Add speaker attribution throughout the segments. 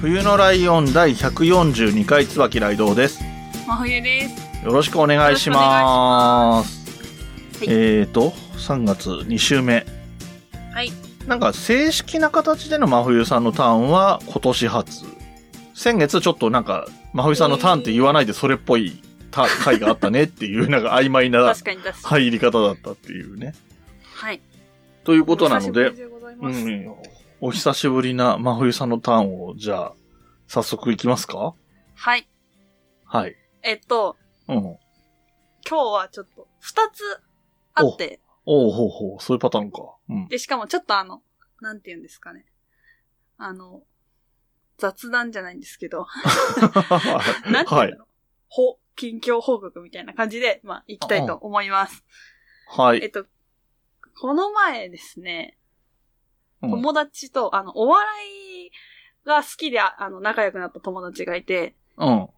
Speaker 1: 冬のライオン第142回椿雷道です。
Speaker 2: 真冬です
Speaker 1: よろしくお願いします。
Speaker 2: はい
Speaker 1: えーと、3月2週目。
Speaker 2: はい
Speaker 1: なんか正式な形での真冬さんのターンは今年初。先月ちょっとなんか真冬さんのターンって言わないでそれっぽいた回があったねっていうなんか曖昧な
Speaker 2: 確かに確かに
Speaker 1: 入り方だったっていうね。
Speaker 2: はい
Speaker 1: ということなの
Speaker 2: お久しぶり
Speaker 1: で、
Speaker 2: ございま
Speaker 1: う
Speaker 2: す
Speaker 1: ん、お久しぶりな真冬さんのターンをじゃあ早速いきますか
Speaker 2: はい
Speaker 1: はい。
Speaker 2: えっと
Speaker 1: うん。
Speaker 2: 今日はちょっと2つあって
Speaker 1: おうほうほう、そういうパターンか。 うん。
Speaker 2: でしかもちょっとあのなんて言うんですかねあの雑談じゃないんですけどなんて言う
Speaker 1: は
Speaker 2: んだ
Speaker 1: い。
Speaker 2: ろう、ほ近況報告みたいな感じでまあ行きたいと思います
Speaker 1: は
Speaker 2: え
Speaker 1: い。
Speaker 2: っとこの前ですね
Speaker 1: うん
Speaker 2: 友達と、あの、お笑いが好きで、ああの、仲良くなった友達がいて、
Speaker 1: うん。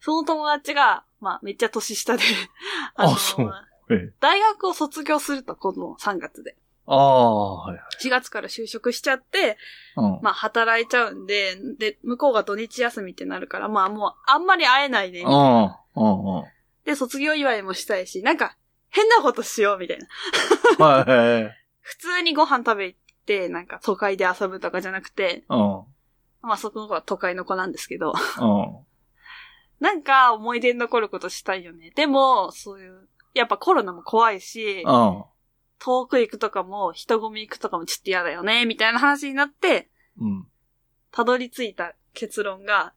Speaker 2: その友達が、まあ、めっちゃ年下で、 の
Speaker 1: あそうええ
Speaker 2: 大学を卒業すると、この3月で。
Speaker 1: ああ、はいはい。
Speaker 2: 4月から就職しちゃって、
Speaker 1: うん。
Speaker 2: まあ、働いちゃうんで、で、向こうが土日休みってなるから、まあ、もう、あんまり会えないで、
Speaker 1: うん。うん。うん。
Speaker 2: で、卒業祝いもしたいし、なんか、変なことしよう、みたいな。
Speaker 1: はいはいはい。
Speaker 2: 普通にご飯食べ行って、なんか、都会で遊ぶとかじゃなくて、
Speaker 1: うん。
Speaker 2: まあ、そこの子は都会の子なんですけど、
Speaker 1: うん。
Speaker 2: なんか思い出に残ることしたいよね。でも、そういう、やっぱコロナも怖いし、
Speaker 1: うん。
Speaker 2: 遠く行くとかも、人混み行くとかもちょっと嫌だよね、みたいな話になって、
Speaker 1: うん。
Speaker 2: たどり着いた結論が、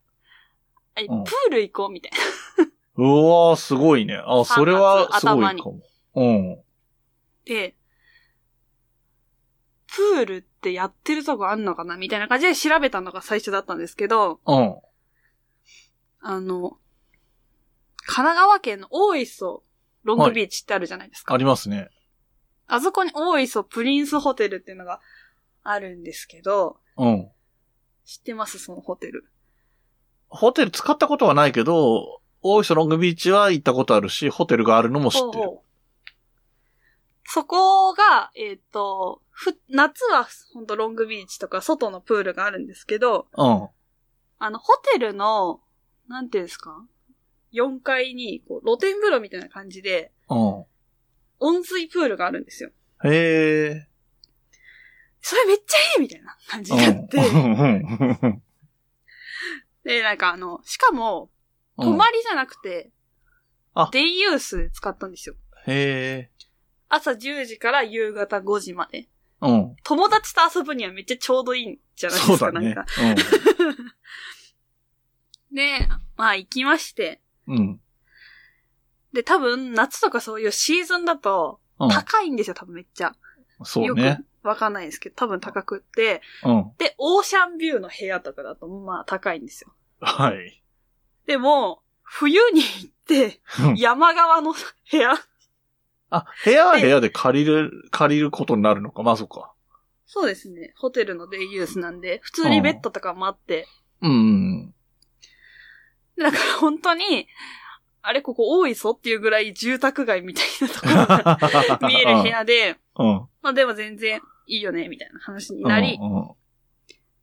Speaker 2: えプ
Speaker 1: うん
Speaker 2: ール行こう、みたいな。
Speaker 1: うわー、すごいね。あ、それはすごいかも。うん。
Speaker 2: で、プールってやってるとこあんのかなみたいな感じで調べたのが最初だったんですけど、
Speaker 1: うん。
Speaker 2: あの、神奈川県の大磯ロングビーチってあるじゃないですか。
Speaker 1: ありますね。
Speaker 2: あそこに大磯プリンスホテルっていうのがあるんですけど、
Speaker 1: うん。
Speaker 2: 知ってますそのホテル。
Speaker 1: ホテル使ったことはないけど、大磯ロングビーチは行ったことあるし、ホテルがあるのも知って
Speaker 2: ほう
Speaker 1: る。
Speaker 2: ほうそこが、えっ、と、ふ、夏はほんとロングビーチとか外のプールがあるんですけど、
Speaker 1: うん。
Speaker 2: あの、ホテルの、なんていうんですか ?4 階に、こう、露天風呂みたいな感じで、
Speaker 1: うん。
Speaker 2: 温水プールがあるんですよ。
Speaker 1: へえ。
Speaker 2: それめっちゃいいみたいな感じ
Speaker 1: うん。
Speaker 2: になって、
Speaker 1: うん。
Speaker 2: で、なんかあの、しかも、
Speaker 1: う
Speaker 2: 泊
Speaker 1: ん。
Speaker 2: まりじゃなくて
Speaker 1: あ、
Speaker 2: デイユースで使ったんですよ。
Speaker 1: へえ。
Speaker 2: 朝10時から夕方5時まで。
Speaker 1: うん。
Speaker 2: 友達と遊ぶにはめっちゃちょうどいいんじゃないで
Speaker 1: そう
Speaker 2: すか、
Speaker 1: だ
Speaker 2: なん
Speaker 1: ね
Speaker 2: か。。で、まあ行きまして。
Speaker 1: うん。うん。
Speaker 2: で、多分夏とかそういうシーズンだと、
Speaker 1: うん。
Speaker 2: 高いんですよ、多分めっちゃ。
Speaker 1: そう
Speaker 2: よ
Speaker 1: ね。
Speaker 2: くわかんないですけど、多分高くって。
Speaker 1: うん。
Speaker 2: で、オーシャンビューの部屋とかだと、まあ高いんですよ。
Speaker 1: はい。
Speaker 2: でも、冬に行って
Speaker 1: うん、
Speaker 2: 山側の部屋。
Speaker 1: あ、部屋は部屋で借りる、借りることになるのか。まあ、そうか。
Speaker 2: そうですね。ホテルのデイユースなんで、普通にベッドとかもあって、
Speaker 1: うん。
Speaker 2: だから本当に、あれここ多いぞっていうぐらい住宅街みたいなところ が見える部屋で、
Speaker 1: うん。
Speaker 2: まあでも全然いいよね、みたいな話になり、
Speaker 1: う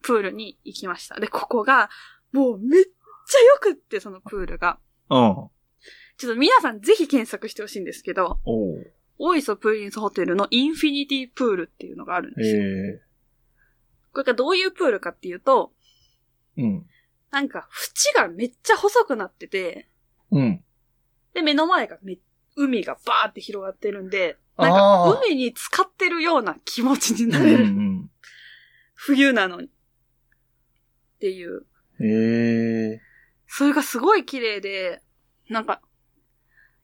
Speaker 2: プールに行きました。で、ここが、もうめっちゃよくって、そのプールが。
Speaker 1: ん。うん。
Speaker 2: ちょっと皆さんぜひ検索してほしいんですけど、
Speaker 1: おう。
Speaker 2: 大磯プリンスホテルのインフィニティプールっていうのがあるん
Speaker 1: え
Speaker 2: ですよ。
Speaker 1: え。
Speaker 2: これがどういうプールかっていうと、
Speaker 1: うん。
Speaker 2: なんか、縁がめっちゃ細くなってて、
Speaker 1: うん。
Speaker 2: で、目の前がめ、海がバーって広がってるんで、なん
Speaker 1: あ
Speaker 2: か
Speaker 1: ー
Speaker 2: 海に浸かってるような気持ちに
Speaker 1: う
Speaker 2: なれる。
Speaker 1: ん。
Speaker 2: 冬なのに。っていう。
Speaker 1: うんええ。
Speaker 2: それがすごい綺麗で、なんか、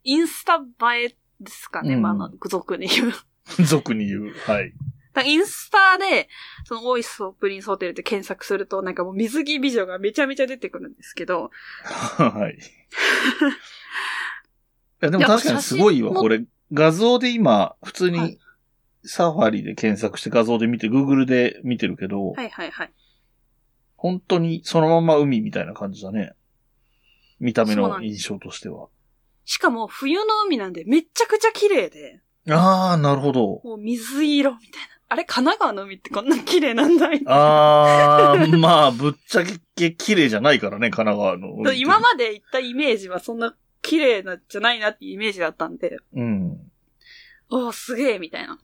Speaker 2: インスタ映えですかね、
Speaker 1: うん
Speaker 2: まあ、あの、俗に言う。
Speaker 1: 俗に言う。はい。
Speaker 2: だからインスタで、そのオイスオープリンスホテルって検索すると、なんかもう水着美女がめちゃめちゃ出てくるんですけど、
Speaker 1: はい。いやでも確かにすごいわ、
Speaker 2: いや写真も
Speaker 1: これ。画像で今、普通
Speaker 2: は
Speaker 1: に
Speaker 2: い
Speaker 1: サファリで検索して画像で見て、Google で見てるけど、
Speaker 2: はいはいはい。
Speaker 1: 本当にそのまま海みたいな感じだね。見た目
Speaker 2: そうな
Speaker 1: の
Speaker 2: んです
Speaker 1: 印象としては。
Speaker 2: しかも冬の海なんでめちゃくちゃ綺麗で、
Speaker 1: あー、なるほど。
Speaker 2: もう水色みたいな。あれ神奈川の海ってこんな綺麗なんだい
Speaker 1: あー、 まあ、ぶっちゃけ綺麗じゃないからね、神奈川の海って。
Speaker 2: 今まで行ったイメージはそんな綺麗なじゃないなっていうイメージだったんで、
Speaker 1: うん。
Speaker 2: おお、すげえみたいな。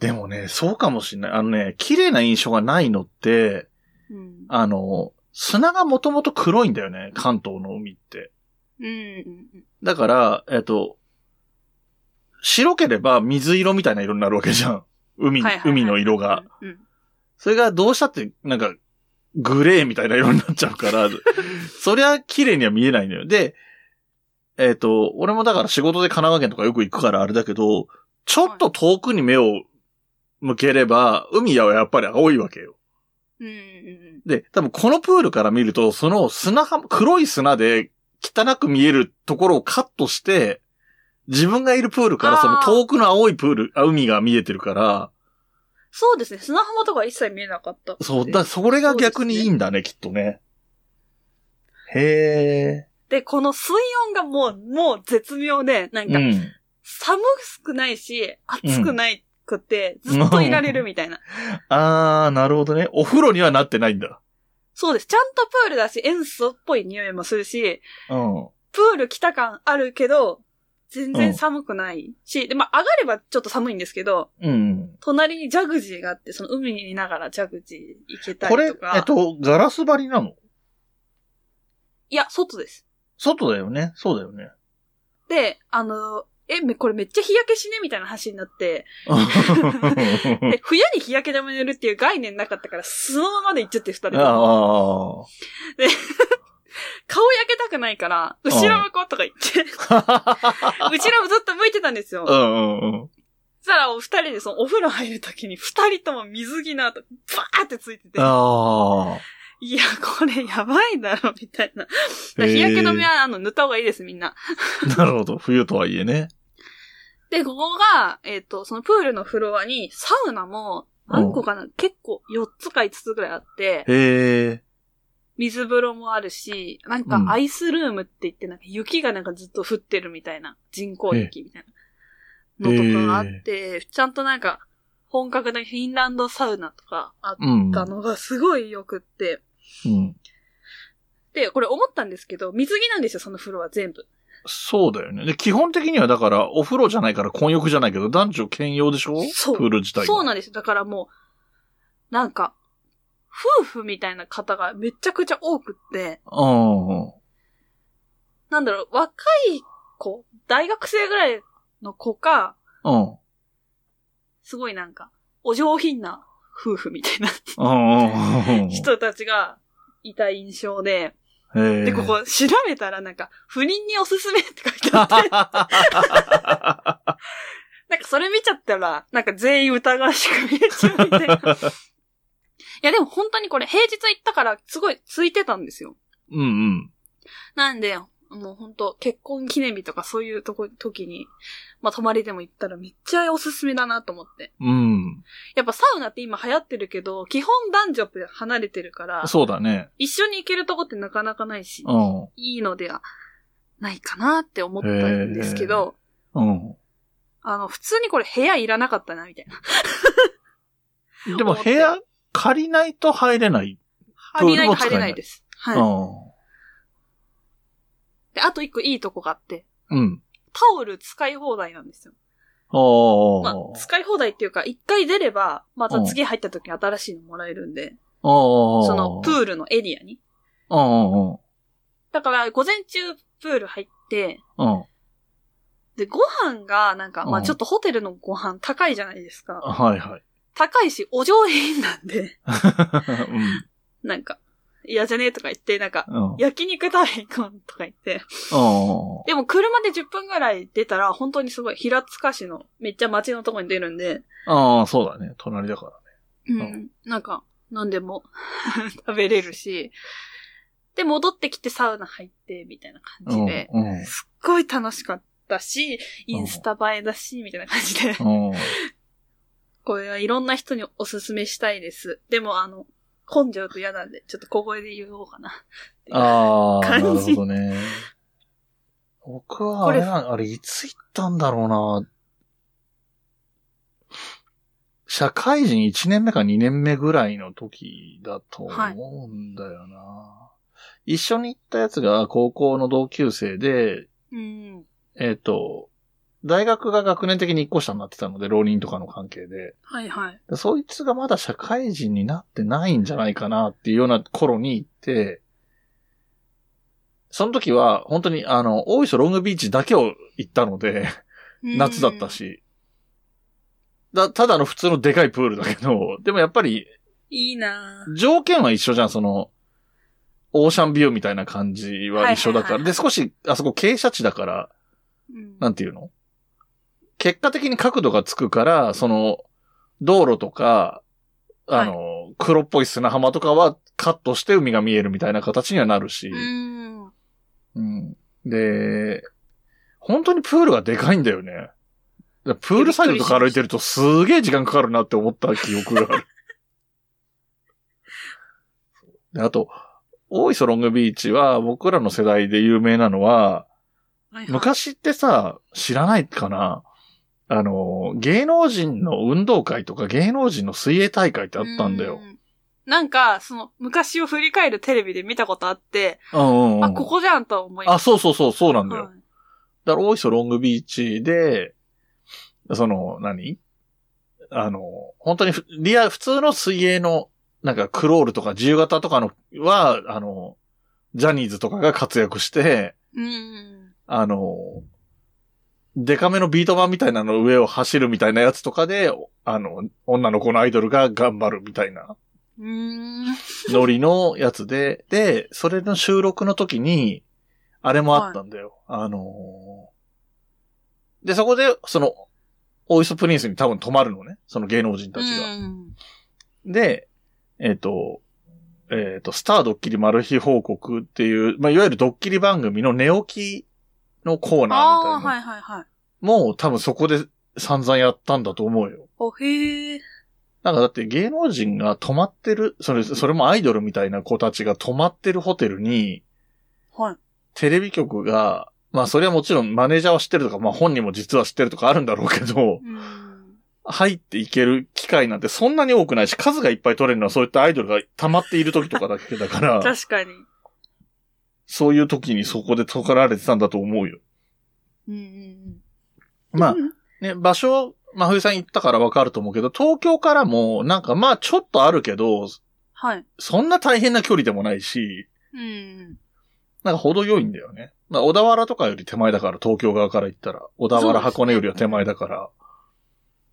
Speaker 1: でもね、そうかもしんない。あのね、綺麗な印象がないのって、
Speaker 2: うん。
Speaker 1: あの、砂がもともと黒いんだよね、関東の海って。
Speaker 2: うんうんうん。
Speaker 1: だから、えっと、白ければ水色みたいな色になるわけじゃん。海、
Speaker 2: はいはいはい
Speaker 1: 海の色が。。
Speaker 2: うんうん。
Speaker 1: それがどうしたって、なんか、グレーみたいな色になっちゃうから、そりゃ綺麗には見えないのよ。で、えっ、と、俺もだから仕事で神奈川県とかよく行くからあれだけど、ちょっと遠くに目を向ければ、海はやっぱり青いわけよ。
Speaker 2: うんうん
Speaker 1: で、多分このプールから見ると、その砂浜、黒い砂で汚く見えるところをカットして、自分がいるプールからその
Speaker 2: あー
Speaker 1: 遠くの青いプール、あ海が見えてるから、
Speaker 2: そうですね。砂浜とか一切見えなかった。
Speaker 1: そう、だ、それが逆にいいんだね、きっとね。へ
Speaker 2: で、この水温がもう、もう絶妙で、な
Speaker 1: え。
Speaker 2: ん
Speaker 1: う
Speaker 2: か、
Speaker 1: ん。
Speaker 2: 寒くないし、暑くないくて、ずっといられるみたいな。
Speaker 1: あー、なるほどね。お風呂にはなってないんだ。
Speaker 2: そうです。ちゃんとプールだし、塩素っぽい匂いもするし、
Speaker 1: うん。
Speaker 2: プール来た感あるけど、全然寒くないし、で、まあ、上がればちょっと寒いんですけど、
Speaker 1: うん。
Speaker 2: 隣にジャグジーがあって、その海にいながらジャグジー行けた
Speaker 1: これ、
Speaker 2: りとか。
Speaker 1: えっと、ガラス張りなの
Speaker 2: いや、外です。
Speaker 1: 外だよね。そうだよ ね。
Speaker 2: で、あの、え、めこれめっちゃ日焼けしねみたいな話になって、で冬に日焼け止め塗るっていう概念なかったから、そのままで行っちゃって、二人とも。
Speaker 1: あ
Speaker 2: 顔焼けたくないから、後ろ向こうとか言って、
Speaker 1: あ。
Speaker 2: 後ろずっと向いてたんですよ。
Speaker 1: う
Speaker 2: そ
Speaker 1: んうんうん。
Speaker 2: したら、お二人でそのお風呂入るときに、二人とも水着の後、バーってついてて、
Speaker 1: あ
Speaker 2: いや、これやばいだろ、みたいな。だから
Speaker 1: あ。
Speaker 2: 日焼け止め
Speaker 1: は。
Speaker 2: は、あの、塗った方がいいです、みんな。
Speaker 1: なるほど。冬とはいえね。
Speaker 2: で、ここが、えっ、と、そのプールのフロアに、サウナも、何個かな、結構4つか5つぐらいあって、
Speaker 1: へえ。
Speaker 2: 水風呂もあるし、なん
Speaker 1: う
Speaker 2: か
Speaker 1: ん
Speaker 2: アイスルームって言って、なんか雪がなんかずっと降ってるみたいな、人工雪みたいなのとかがあって、ちゃんとなんか、本格的なフィンランドサウナとかあっ
Speaker 1: うん。
Speaker 2: たのがすごい良くって、
Speaker 1: うん。
Speaker 2: で、これ思ったんですけど、水着なんですよ、そのフロア全部。
Speaker 1: そうだよね。で、基本的にはだから、お風呂じゃないから、混浴じゃないけど、男女兼用でしょ
Speaker 2: そう
Speaker 1: プール自体が
Speaker 2: そうなんですよ。だからもう、なんか、夫婦みたいな方がめちゃくちゃ多くって、
Speaker 1: うん。
Speaker 2: なんだろう、若い子、大学生ぐらいの子か、
Speaker 1: うん。
Speaker 2: すごいなんか、お上品な夫婦みたいな
Speaker 1: うん。うん。
Speaker 2: 人たちがいた印象で、
Speaker 1: へえ。
Speaker 2: で、ここ調べたらなんか、不倫におすすめって書いてあっ て、なんかそれ見ちゃったら、なんか全員疑わしく見えちゃうみたい な。いや、でも本当にこれ平日行ったから、すごい空いてたんですよ。
Speaker 1: うんうん。
Speaker 2: なんで、もう本当結婚記念日とかそういうとこ、時に、まあ泊まりでも行ったらめっちゃおすすめだなと思って。
Speaker 1: うん。
Speaker 2: やっぱサウナって今流行ってるけど、基本男女って離れてるから、
Speaker 1: そうだね。
Speaker 2: 一緒に行けるとこってなかなかないし、
Speaker 1: うん。
Speaker 2: いいのではないかなって思ったんですけど、
Speaker 1: うん。
Speaker 2: あの、普通にこれ部屋いらなかったな、みたいな。
Speaker 1: でも、部屋借りないと入れない。プー
Speaker 2: 入れな
Speaker 1: ル
Speaker 2: い
Speaker 1: も
Speaker 2: と
Speaker 1: 使え
Speaker 2: 入れ
Speaker 1: ない
Speaker 2: ないです。はい。
Speaker 1: う
Speaker 2: で、あと一個いいとこがあって、
Speaker 1: ん。うん。
Speaker 2: タオル使い放題なんですよ。
Speaker 1: あ
Speaker 2: ま
Speaker 1: あ。
Speaker 2: あ、使い放題っていうか、一回出れば、また次入った時に新しいのもらえるんで、
Speaker 1: ああ。
Speaker 2: そのプールのエリアに。
Speaker 1: うんうんうん。
Speaker 2: だから、午前中プール入って、
Speaker 1: うん。
Speaker 2: で、ご飯が、なんか、まあ
Speaker 1: うん
Speaker 2: ちょっとホテルのご飯高いじゃないですか。
Speaker 1: はいはい。
Speaker 2: 高いし、お上品なんで、
Speaker 1: うん
Speaker 2: なんか、嫌じゃねえとか言って、なんか、
Speaker 1: うん。
Speaker 2: 焼肉食べに行こうとか言って。
Speaker 1: あ
Speaker 2: でも車で10分ぐらい出たら、本当にすごい平塚市のめっちゃ街のとこに出るんで、
Speaker 1: あ。ああ、そうだね。隣だから。
Speaker 2: うん。
Speaker 1: うん
Speaker 2: なんか、何でも 食べれるし、で、戻ってきてサウナ入って、みたいな感じで、
Speaker 1: うん。うん
Speaker 2: すっごい楽しかったし、インスタ映えだし、みたいな感じで。
Speaker 1: うん。
Speaker 2: これはいろんな人におすすめしたいです。でも、あの、根性と嫌なんで、ちょっと小声で言おうかな。
Speaker 1: ああ、な
Speaker 2: 感
Speaker 1: る
Speaker 2: じ
Speaker 1: ほどね。僕はあれな、あれいつ行ったんだろうな。社会人1年目か2年目ぐらいの時だと思うんだよな。一緒に行ったやつが高校の同級生で、
Speaker 2: うん。
Speaker 1: えっ、と、大学が学年的に1個下になってたので、浪人とかの関係で。
Speaker 2: はいはい。
Speaker 1: でそいつがまだ社会人になってないんじゃないかなっていうような頃に行って、その時は本当にあの、大磯ロングビーチだけを行ったので、夏だった
Speaker 2: うん。
Speaker 1: し。だ、ただの普通のでかいプールだけど、でもやっぱり
Speaker 2: いいなぁ
Speaker 1: 条件は一緒じゃん、その、オーシャンビューみたいな感じは一緒だか
Speaker 2: はいはいはい
Speaker 1: ら。で、少し、あそこ傾斜地だから、
Speaker 2: うん
Speaker 1: なんていうの結果的に角度がつくから、その、道路とか、あの、黒っぽい砂浜とかはカットして海が見えるみたいな形にはなるし、
Speaker 2: うん。
Speaker 1: うんで、本当にプールがでかいんだよね。だプールサイドとか歩いてるとすげえ時間かかるなって思った記憶 がある。であと、大磯ロングビーチは僕らの世代で有名なのは、
Speaker 2: はいはい
Speaker 1: 昔ってさ、知らないかなあの、芸能人の運動会とか芸能人の水泳大会ってあったんだよ
Speaker 2: う。。なんか、その、昔を振り返るテレビで見たことあって、
Speaker 1: うんうんうん
Speaker 2: あ、ここじゃんとは思いま
Speaker 1: あ、
Speaker 2: す。
Speaker 1: そうそうそう、そうなんだよ。
Speaker 2: はい
Speaker 1: だから、大磯ロングビーチで、その、何あの、本当にふリア、普通の水泳の、なんかクロールとか自由形とかのは、あの、ジャニーズとかが活躍して、
Speaker 2: うん。
Speaker 1: あの、デカめのビート板みたいなのの上を走るみたいなやつとかで、あの、女の子のアイドルが頑張るみたいな
Speaker 2: うん。
Speaker 1: ノリのやつで、で、それの収録の時に、あれもあったんだよ。あのーで、そこで、その、オイソプリンスに多分泊まるのね。その芸能人たちが。
Speaker 2: うん
Speaker 1: で、えっ、と、えっ、と、スタードッキリマル秘報告っていう、まあ、いわゆるドッキリ番組の寝起きのコーナーみたい
Speaker 2: あ
Speaker 1: な
Speaker 2: あ、。はいはいはい。
Speaker 1: もう多分そこで散々やったんだと思うよ。
Speaker 2: おへえ。
Speaker 1: なんかだって芸能人が泊まってる、それ、それもアイドルみたいな子たちが泊まってるホテルに、
Speaker 2: はい。
Speaker 1: テレビ局が、まあそれはもちろんマネージャーは知ってるとか、まあ本人も実は知ってるとかあるんだろうけ
Speaker 2: う
Speaker 1: ど、
Speaker 2: ん。
Speaker 1: 入っていける機会なんてそんなに多くないし、数がいっぱい取れるのはそういったアイドルが溜まっている時とかだけだから、
Speaker 2: 確かに。
Speaker 1: そういう時にそこでとかられてたんだと思うよ。
Speaker 2: うんうんうん。
Speaker 1: まあ
Speaker 2: う、ん
Speaker 1: ね、場所、まあ冬さん行ったからわかると思うけど、東京からもなんかまあちょっとあるけど、
Speaker 2: はい。
Speaker 1: そんな大変な距離でもないし、
Speaker 2: うん。
Speaker 1: なんか程よいんだよね。まあ、小田原とかより手前だから、東京側から行ったら。小田
Speaker 2: そうで
Speaker 1: 原
Speaker 2: すね
Speaker 1: 箱根よりは手前だから。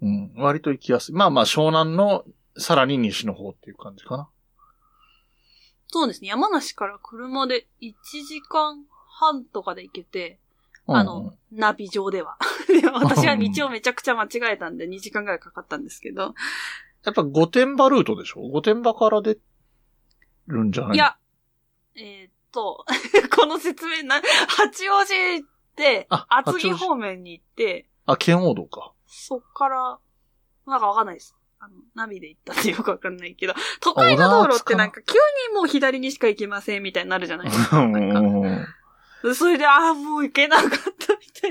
Speaker 1: うん、割と行きやすい。まあまあ、湘南のさらに西の方っていう感じかな。
Speaker 2: そうですね。山梨から車で1時間半とかで行けて、
Speaker 1: うん
Speaker 2: あの、ナビ上では。 でも私は道をめちゃくちゃ間違えたんで2時間ぐらいかかったんですけど。
Speaker 1: やっぱ御殿場ルートでしょ御殿場から出るんじゃない
Speaker 2: い、や、えーっと、 この説明な、八王子で、
Speaker 1: あ
Speaker 2: 厚木方面に行って、
Speaker 1: あ、圏央道か。
Speaker 2: そっから、なんかわかんないです。あの、ナビで行ったってよくわかん ないけど、都
Speaker 1: 小田
Speaker 2: 会
Speaker 1: 原
Speaker 2: の道路って
Speaker 1: かな
Speaker 2: なんか急にもう左にしか行けませんみたいになるじゃないです
Speaker 1: うんうんうん
Speaker 2: か。それで、ああ、もう行けなかったみ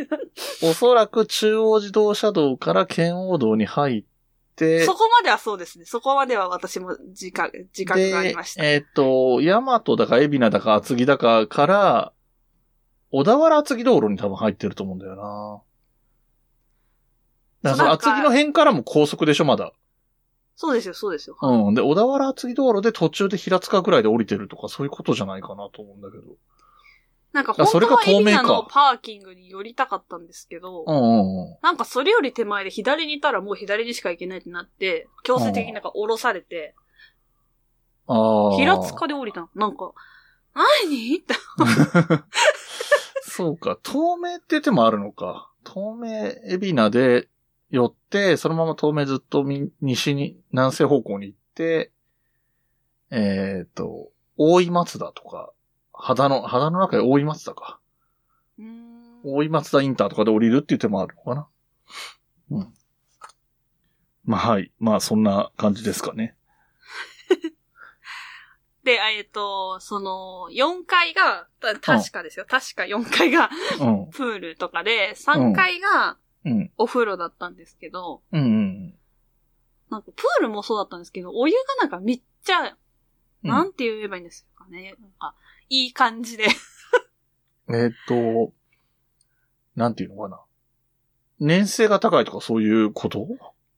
Speaker 2: たいな。
Speaker 1: おそらく中央自動車道から圏央道に入って、
Speaker 2: そこまではそうですね。そこまでは私も自覚、自覚がありました。
Speaker 1: でえっ、と、大和だか海老名だか厚木だかから、小田原厚木道路に多分入ってると思うんだよな。だからその厚
Speaker 2: そう
Speaker 1: 木の辺からも高速でしょ、まだ。
Speaker 2: そうですよ、そうですよ。
Speaker 1: うん。で、小田原厚木道路で途中で平塚ぐらいで降りてるとか、そういうことじゃないかなと思うんだけど。
Speaker 2: なんか
Speaker 1: あ
Speaker 2: 本
Speaker 1: それ
Speaker 2: 当
Speaker 1: が
Speaker 2: は
Speaker 1: 透
Speaker 2: エ
Speaker 1: 明か
Speaker 2: リアのパーキングに寄りたかったんですけど、
Speaker 1: うんうんうん。
Speaker 2: なんかそれより手前で左にいたらもう左にしか行けないってなって、強制的になんか降ろされて、
Speaker 1: ああ。
Speaker 2: 平塚で降りたの。なんか、何って。
Speaker 1: そうか。透明って手もあるのか。透明、海老名で寄って、そのまま透明ずっとみ西に、南西方向に行って、えっ、と、大井松田とか、肌の、肌の中で大井松田か。
Speaker 2: うーん
Speaker 1: 大井松田インターとかで降りるっていう手もあるのかな。うん。まあはい。まあそんな感じですかね。
Speaker 2: で、えっと、その、4階が、た確かですよ。確か4階が
Speaker 1: うん。
Speaker 2: プールとかで、3階が
Speaker 1: うん。
Speaker 2: お風呂だったんですけど、
Speaker 1: うんうん。
Speaker 2: なんかプールもそうだったんですけど、お湯がなんかめっちゃ、
Speaker 1: うん
Speaker 2: なんて言えばいいんですかね。なんか、いい感じで。
Speaker 1: えーっと、なんていうのかな。粘性が高いとかそういうこと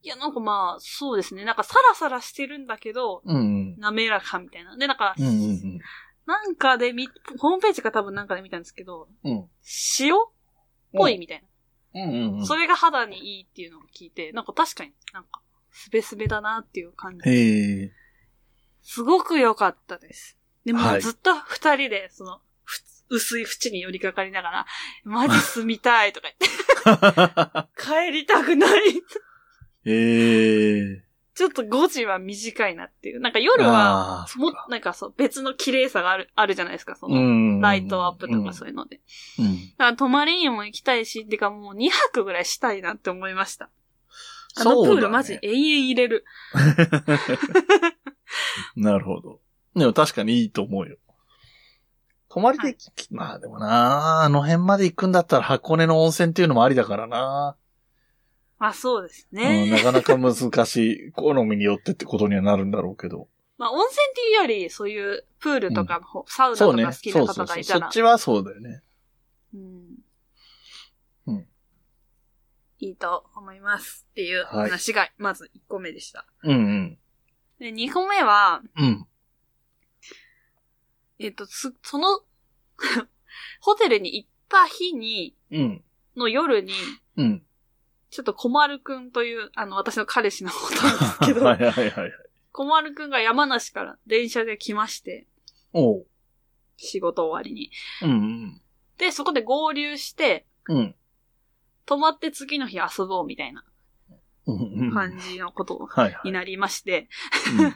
Speaker 2: いや、なんかまあ、そうですね。なんかサラサラしてるんだけど、
Speaker 1: うんうん。
Speaker 2: 滑らかみたいな。で、なんか、
Speaker 1: うんうん
Speaker 2: なんかで見、ホームページか多分なんかで見たんですけど、
Speaker 1: うん。うん。
Speaker 2: 塩っぽいみたい
Speaker 1: うんうんう
Speaker 2: な。
Speaker 1: ん。
Speaker 2: それが肌にいいっていうのを聞いて、なんか確かになんか、すべすべだなっていう感じ。
Speaker 1: へえ。
Speaker 2: すごく良かったです。でも、
Speaker 1: はい
Speaker 2: ずっと二人で、その、ふ薄い縁に寄りかかりながら、マジ住みたいとか言っ て、帰りたくない。
Speaker 1: へえ。
Speaker 2: ちょっと5時は短いなっていう。なんか夜は、
Speaker 1: あー
Speaker 2: も、なんかそう、別の綺麗さがある、あるじゃないですか、その、
Speaker 1: ん
Speaker 2: ライトアップとかそうういうので。
Speaker 1: うん。うん
Speaker 2: だから泊まりにも行きたいし、てかもう2泊ぐらいしたいなって思いました。あのプールマジ永遠入れる。
Speaker 1: なるほど。でも確かにいいと思うよ。泊まりで、
Speaker 2: はい
Speaker 1: まあでもなあ、あの辺まで行くんだったら箱根の温泉っていうのもありだからな、
Speaker 2: まあそうです
Speaker 1: うん、
Speaker 2: ね。
Speaker 1: なかなか難しい。好みによってってことにはなるんだろうけど。
Speaker 2: まあ温泉っていうより、そういうプールとかの方、サウナ
Speaker 1: そ
Speaker 2: と
Speaker 1: うね。
Speaker 2: か好きな
Speaker 1: そうそ
Speaker 2: 方が
Speaker 1: うそう。
Speaker 2: いた
Speaker 1: そっ
Speaker 2: ら。
Speaker 1: ちはそうだよね。
Speaker 2: うん
Speaker 1: うん
Speaker 2: いいと思いますっていう話が、まず1個目でした。
Speaker 1: うん
Speaker 2: で、2個目は、
Speaker 1: うん。うん。
Speaker 2: えっ、と、すその、 ホテルに行った日に、
Speaker 1: うん。
Speaker 2: の夜に、
Speaker 1: うん。
Speaker 2: ちょっと小丸くんという、あの、私の彼氏のことなんです けど、
Speaker 1: はいはいはい。
Speaker 2: 小丸くんが山梨から電車で来まして、
Speaker 1: おう。
Speaker 2: 仕事終わりに。
Speaker 1: うん
Speaker 2: で、そこで合流して、
Speaker 1: うん。うん。
Speaker 2: 泊まって次の日遊ぼうみたいな
Speaker 1: うんうん。はい
Speaker 2: 感じのこと
Speaker 1: はい。
Speaker 2: になりまして、
Speaker 1: うん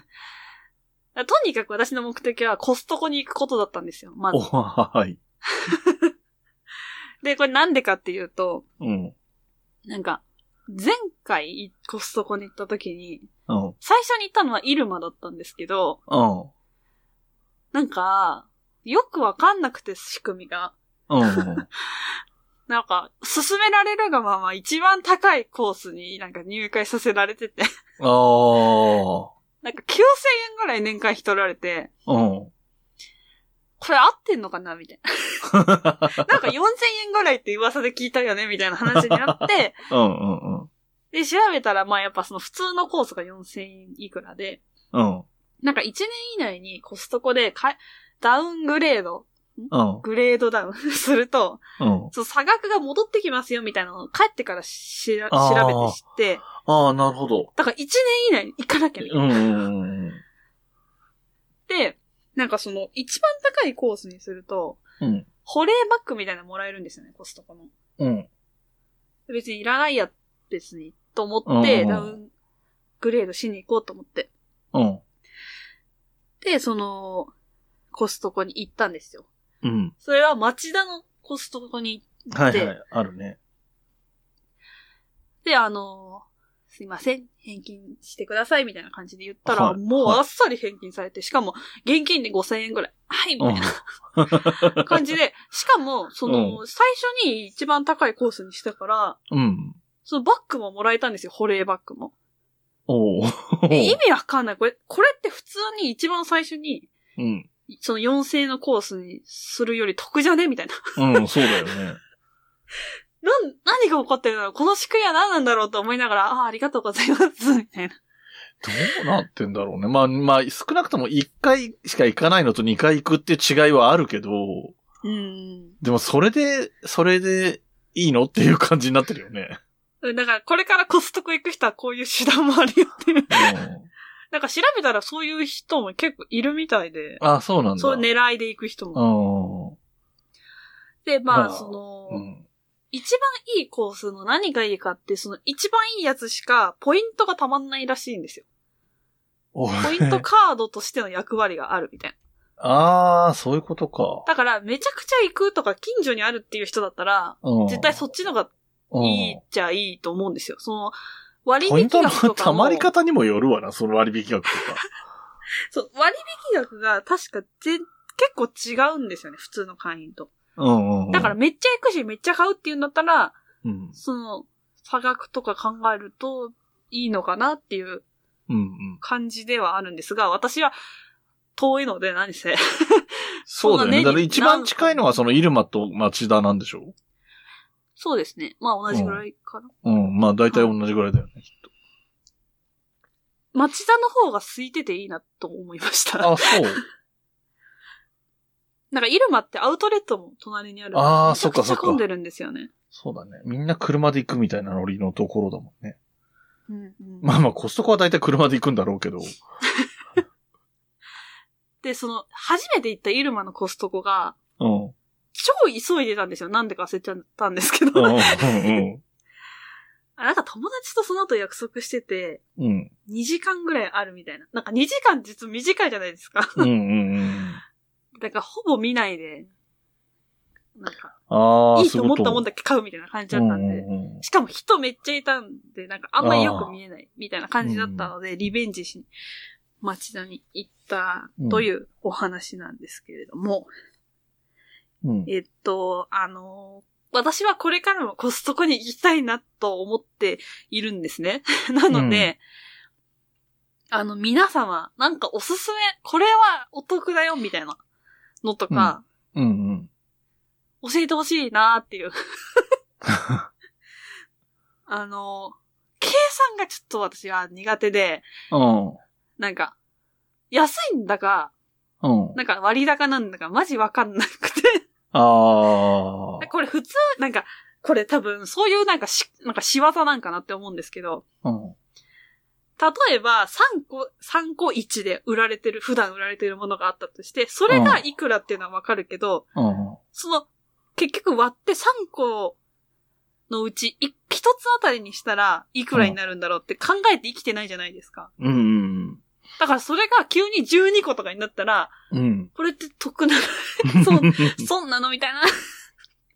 Speaker 2: だとにかく私の目的はコストコに行くことだったんですよ、ま
Speaker 1: お
Speaker 2: ず。
Speaker 1: はい。
Speaker 2: で、これなんでかっていうと、
Speaker 1: うん。
Speaker 2: なんか、前回コストコに行った時に、
Speaker 1: うん。うん。
Speaker 2: 最初に行ったのはイルマだったんですけど、 なんか、よくわかんなくて仕組みが。
Speaker 1: うん。
Speaker 2: なんか、勧められるがまま一番高いコースになんか入会させられて て、
Speaker 1: ああ。
Speaker 2: なんか9000円ぐらい年会費取られて、
Speaker 1: うん。
Speaker 2: これ合ってんのかなみたいな。 なんか4000円ぐらいって噂で聞いたよねみたいな話にな って、
Speaker 1: うんうんうん。
Speaker 2: で、調べたら、まあやっぱその普通のコースが4000円いくらで、
Speaker 1: うん。
Speaker 2: なんか1年以内にコストコでかダウングレード、
Speaker 1: うん。
Speaker 2: グレードダウン すると、
Speaker 1: うん。
Speaker 2: そう差額が戻ってきますよみたいなのを帰ってからしら
Speaker 1: あ
Speaker 2: 調
Speaker 1: ー
Speaker 2: べて知って、
Speaker 1: ああ、なるほど。
Speaker 2: だから1年以内に行かなきゃいけ
Speaker 1: う
Speaker 2: ない。
Speaker 1: んうんうん。
Speaker 2: で、なんかその一番高いコースにすると、
Speaker 1: うん。
Speaker 2: 保冷バッグみたいなのもらえるんですよね、コストコの。
Speaker 1: うん。
Speaker 2: 別にいらないや、別に、と思
Speaker 1: う
Speaker 2: っ
Speaker 1: んう
Speaker 2: て、
Speaker 1: ん
Speaker 2: ダウングレードしに行こうと思って。
Speaker 1: うん。
Speaker 2: で、その、コストコに行ったんですよ。
Speaker 1: うん。
Speaker 2: それは町田のコストコに行
Speaker 1: は
Speaker 2: っ
Speaker 1: い
Speaker 2: て、
Speaker 1: はい。あるね。
Speaker 2: で、あの、すいません、返金してください、みたいな感じで言ったら、
Speaker 1: はい
Speaker 2: もう
Speaker 1: はい
Speaker 2: あっさり返金されて、しかも、現金で5000円ぐらい。はい、み
Speaker 1: う
Speaker 2: た
Speaker 1: ん
Speaker 2: い。な感じで、しかも、その、
Speaker 1: う
Speaker 2: 最初に一番高いコースにしたから、
Speaker 1: うん。
Speaker 2: そのバッグももらえたんですよ、保冷バッグも。
Speaker 1: おう。
Speaker 2: で意味わかんない。これ、これって普通に一番最初に、
Speaker 1: うん。
Speaker 2: その4000のコースにするより得じゃねみたいな。
Speaker 1: うん、そうだよね。
Speaker 2: なん、何が起こってるんだろうこの仕組みは何なんだろうと思いながら、ああー、ありがとうございます、みたいな。
Speaker 1: どうなってんだろうね。まあ、まあ、少なくとも1回しか行かないのと2回行くっていう違いはあるけど、
Speaker 2: うん。
Speaker 1: でもそれで、それでいいのっていう感じになってるよね。
Speaker 2: だから、これからコストコ行く人はこういう手段もあるよって。 なんか調べたらそういう人も結構いるみたいで、
Speaker 1: あ、そうなんだ。
Speaker 2: そういう狙いで行く人も。
Speaker 1: うん。
Speaker 2: で、まあ、
Speaker 1: まあ
Speaker 2: その、
Speaker 1: うん。
Speaker 2: 一番いいコースの何がいいかって、その一番いいやつしかポイントがたまんないらしいんですよ。
Speaker 1: お
Speaker 2: ポイントカードとしての役割があるみたいな。
Speaker 1: ああ、そういうことか。
Speaker 2: だから、めちゃくちゃ行くとか近所にあるっていう人だったら、
Speaker 1: うん、
Speaker 2: 絶対そっちのが
Speaker 1: うん
Speaker 2: いいっちゃいいと思うんですよ。その、割
Speaker 1: ポイン
Speaker 2: 引
Speaker 1: トの
Speaker 2: 額と
Speaker 1: 溜
Speaker 2: かも。
Speaker 1: まり方にもよるわな、その割引額とか。
Speaker 2: そう、割引額が確か全、結構違うんですよね、普通の会員と。
Speaker 1: うんうんうん。
Speaker 2: だから、めっちゃ行くし、めっちゃ買うっていうんだったら、
Speaker 1: うん。
Speaker 2: その、差額とか考えるといいのかなっていう
Speaker 1: うんうん。
Speaker 2: 感じではあるんですが、私は遠いので何せ。
Speaker 1: そう
Speaker 2: そ
Speaker 1: だよね。だ
Speaker 2: んなね
Speaker 1: から一番近いのはそのイルマと町田なんでしょ
Speaker 2: そうですね。まあ同じぐらいかな。
Speaker 1: うん。まあ大体同じぐらいだよね、きっ
Speaker 2: 町田の方が空いてていいなと思いました。
Speaker 1: と。あ、そう。
Speaker 2: なんかイルマってアウトレットも隣にある
Speaker 1: あー
Speaker 2: めちゃくち
Speaker 1: そ
Speaker 2: ゃ
Speaker 1: っかそっか
Speaker 2: 混んでるんですよね。
Speaker 1: そうだね。みんな車で行くみたいなノリのところだもんね。
Speaker 2: うんうん
Speaker 1: まあまあ、コストコは大体車で行くんだろうけど。
Speaker 2: で、その、初めて行ったイルマのコストコが、
Speaker 1: うん。うん
Speaker 2: 超急いでたんですよ。なんでか忘れちゃったんですけ ど。
Speaker 1: うんうん
Speaker 2: あなんか友達とその後約束してて、
Speaker 1: うん。うん。
Speaker 2: 2時間ぐらいあるみたいな。なんか2時間実は短いじゃないですか。
Speaker 1: うんうんうん。
Speaker 2: だからほぼ見ないで、なんか、
Speaker 1: ああ、
Speaker 2: いいと思ったもん
Speaker 1: だ
Speaker 2: だけ買うみたいな感じだったんで。しかも人めっちゃいたんで、なんかあんまりよく見えないみたいな感じだったので、リベンジしに町田に行ったというお話なんですけれども、
Speaker 1: うん
Speaker 2: えっと、あの私はこれからもコストコに行きたいなと思っているんですね。 なので、あの、皆様、なんかおすすめ、これはお得だよ、みたいなのとか、
Speaker 1: うんうん。
Speaker 2: 教えてほしいなーっていう。 あの、計算がちょっと私は苦手で、
Speaker 1: うん。
Speaker 2: なんか、安いんだか、
Speaker 1: うん。
Speaker 2: なんか割高なんだか、マジわかんなくて。
Speaker 1: あ
Speaker 2: でこれ普通、なんか、これ多分、そういうなんかし、なんか仕業なんかなって思うんですけど、
Speaker 1: あ。うん。
Speaker 2: 例えば、3個、3個1で売られてる、普段売られてるものがあったとして、それがいくらっていうのはわかるけど、
Speaker 1: うん。
Speaker 2: その、結局割って3個のうち、い1つあたりにしたら、いくらになるんだろうって考えて生きてないじゃないですか。
Speaker 1: うんうん
Speaker 2: だからそれが急に12個とかになったら、
Speaker 1: うん。うん。
Speaker 2: これって得な、 損なのみたいな、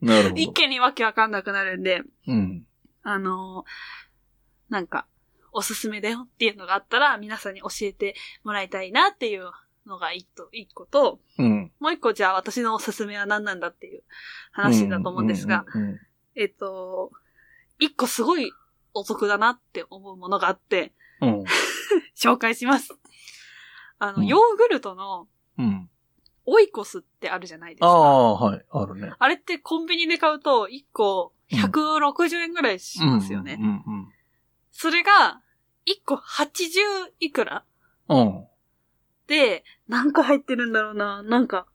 Speaker 1: なるほ
Speaker 2: 一
Speaker 1: ど。
Speaker 2: 気にわけわかんなくなるんで、
Speaker 1: うん。
Speaker 2: あのーなんか、おすすめだよっていうのがあったら、皆さんに教えてもらいたいなっていうのが一と一個と、
Speaker 1: うん。
Speaker 2: もう一個じゃあ私のおすすめは何なんだっていう話だと思うんですが、。
Speaker 1: うん
Speaker 2: えっと、一個すごいお得だなって思うものがあって、
Speaker 1: うん。
Speaker 2: 紹介します。あの、
Speaker 1: うん
Speaker 2: ヨーグルトの
Speaker 1: うん。
Speaker 2: オイコスってあるじゃないです
Speaker 1: あ
Speaker 2: か。
Speaker 1: あ、はい。あるね。
Speaker 2: あれってコンビニで買うと1個160円ぐらいしますよね。
Speaker 1: うんうん。
Speaker 2: それが、1個80いくら
Speaker 1: うん。
Speaker 2: で、何個入ってるんだろうななんか、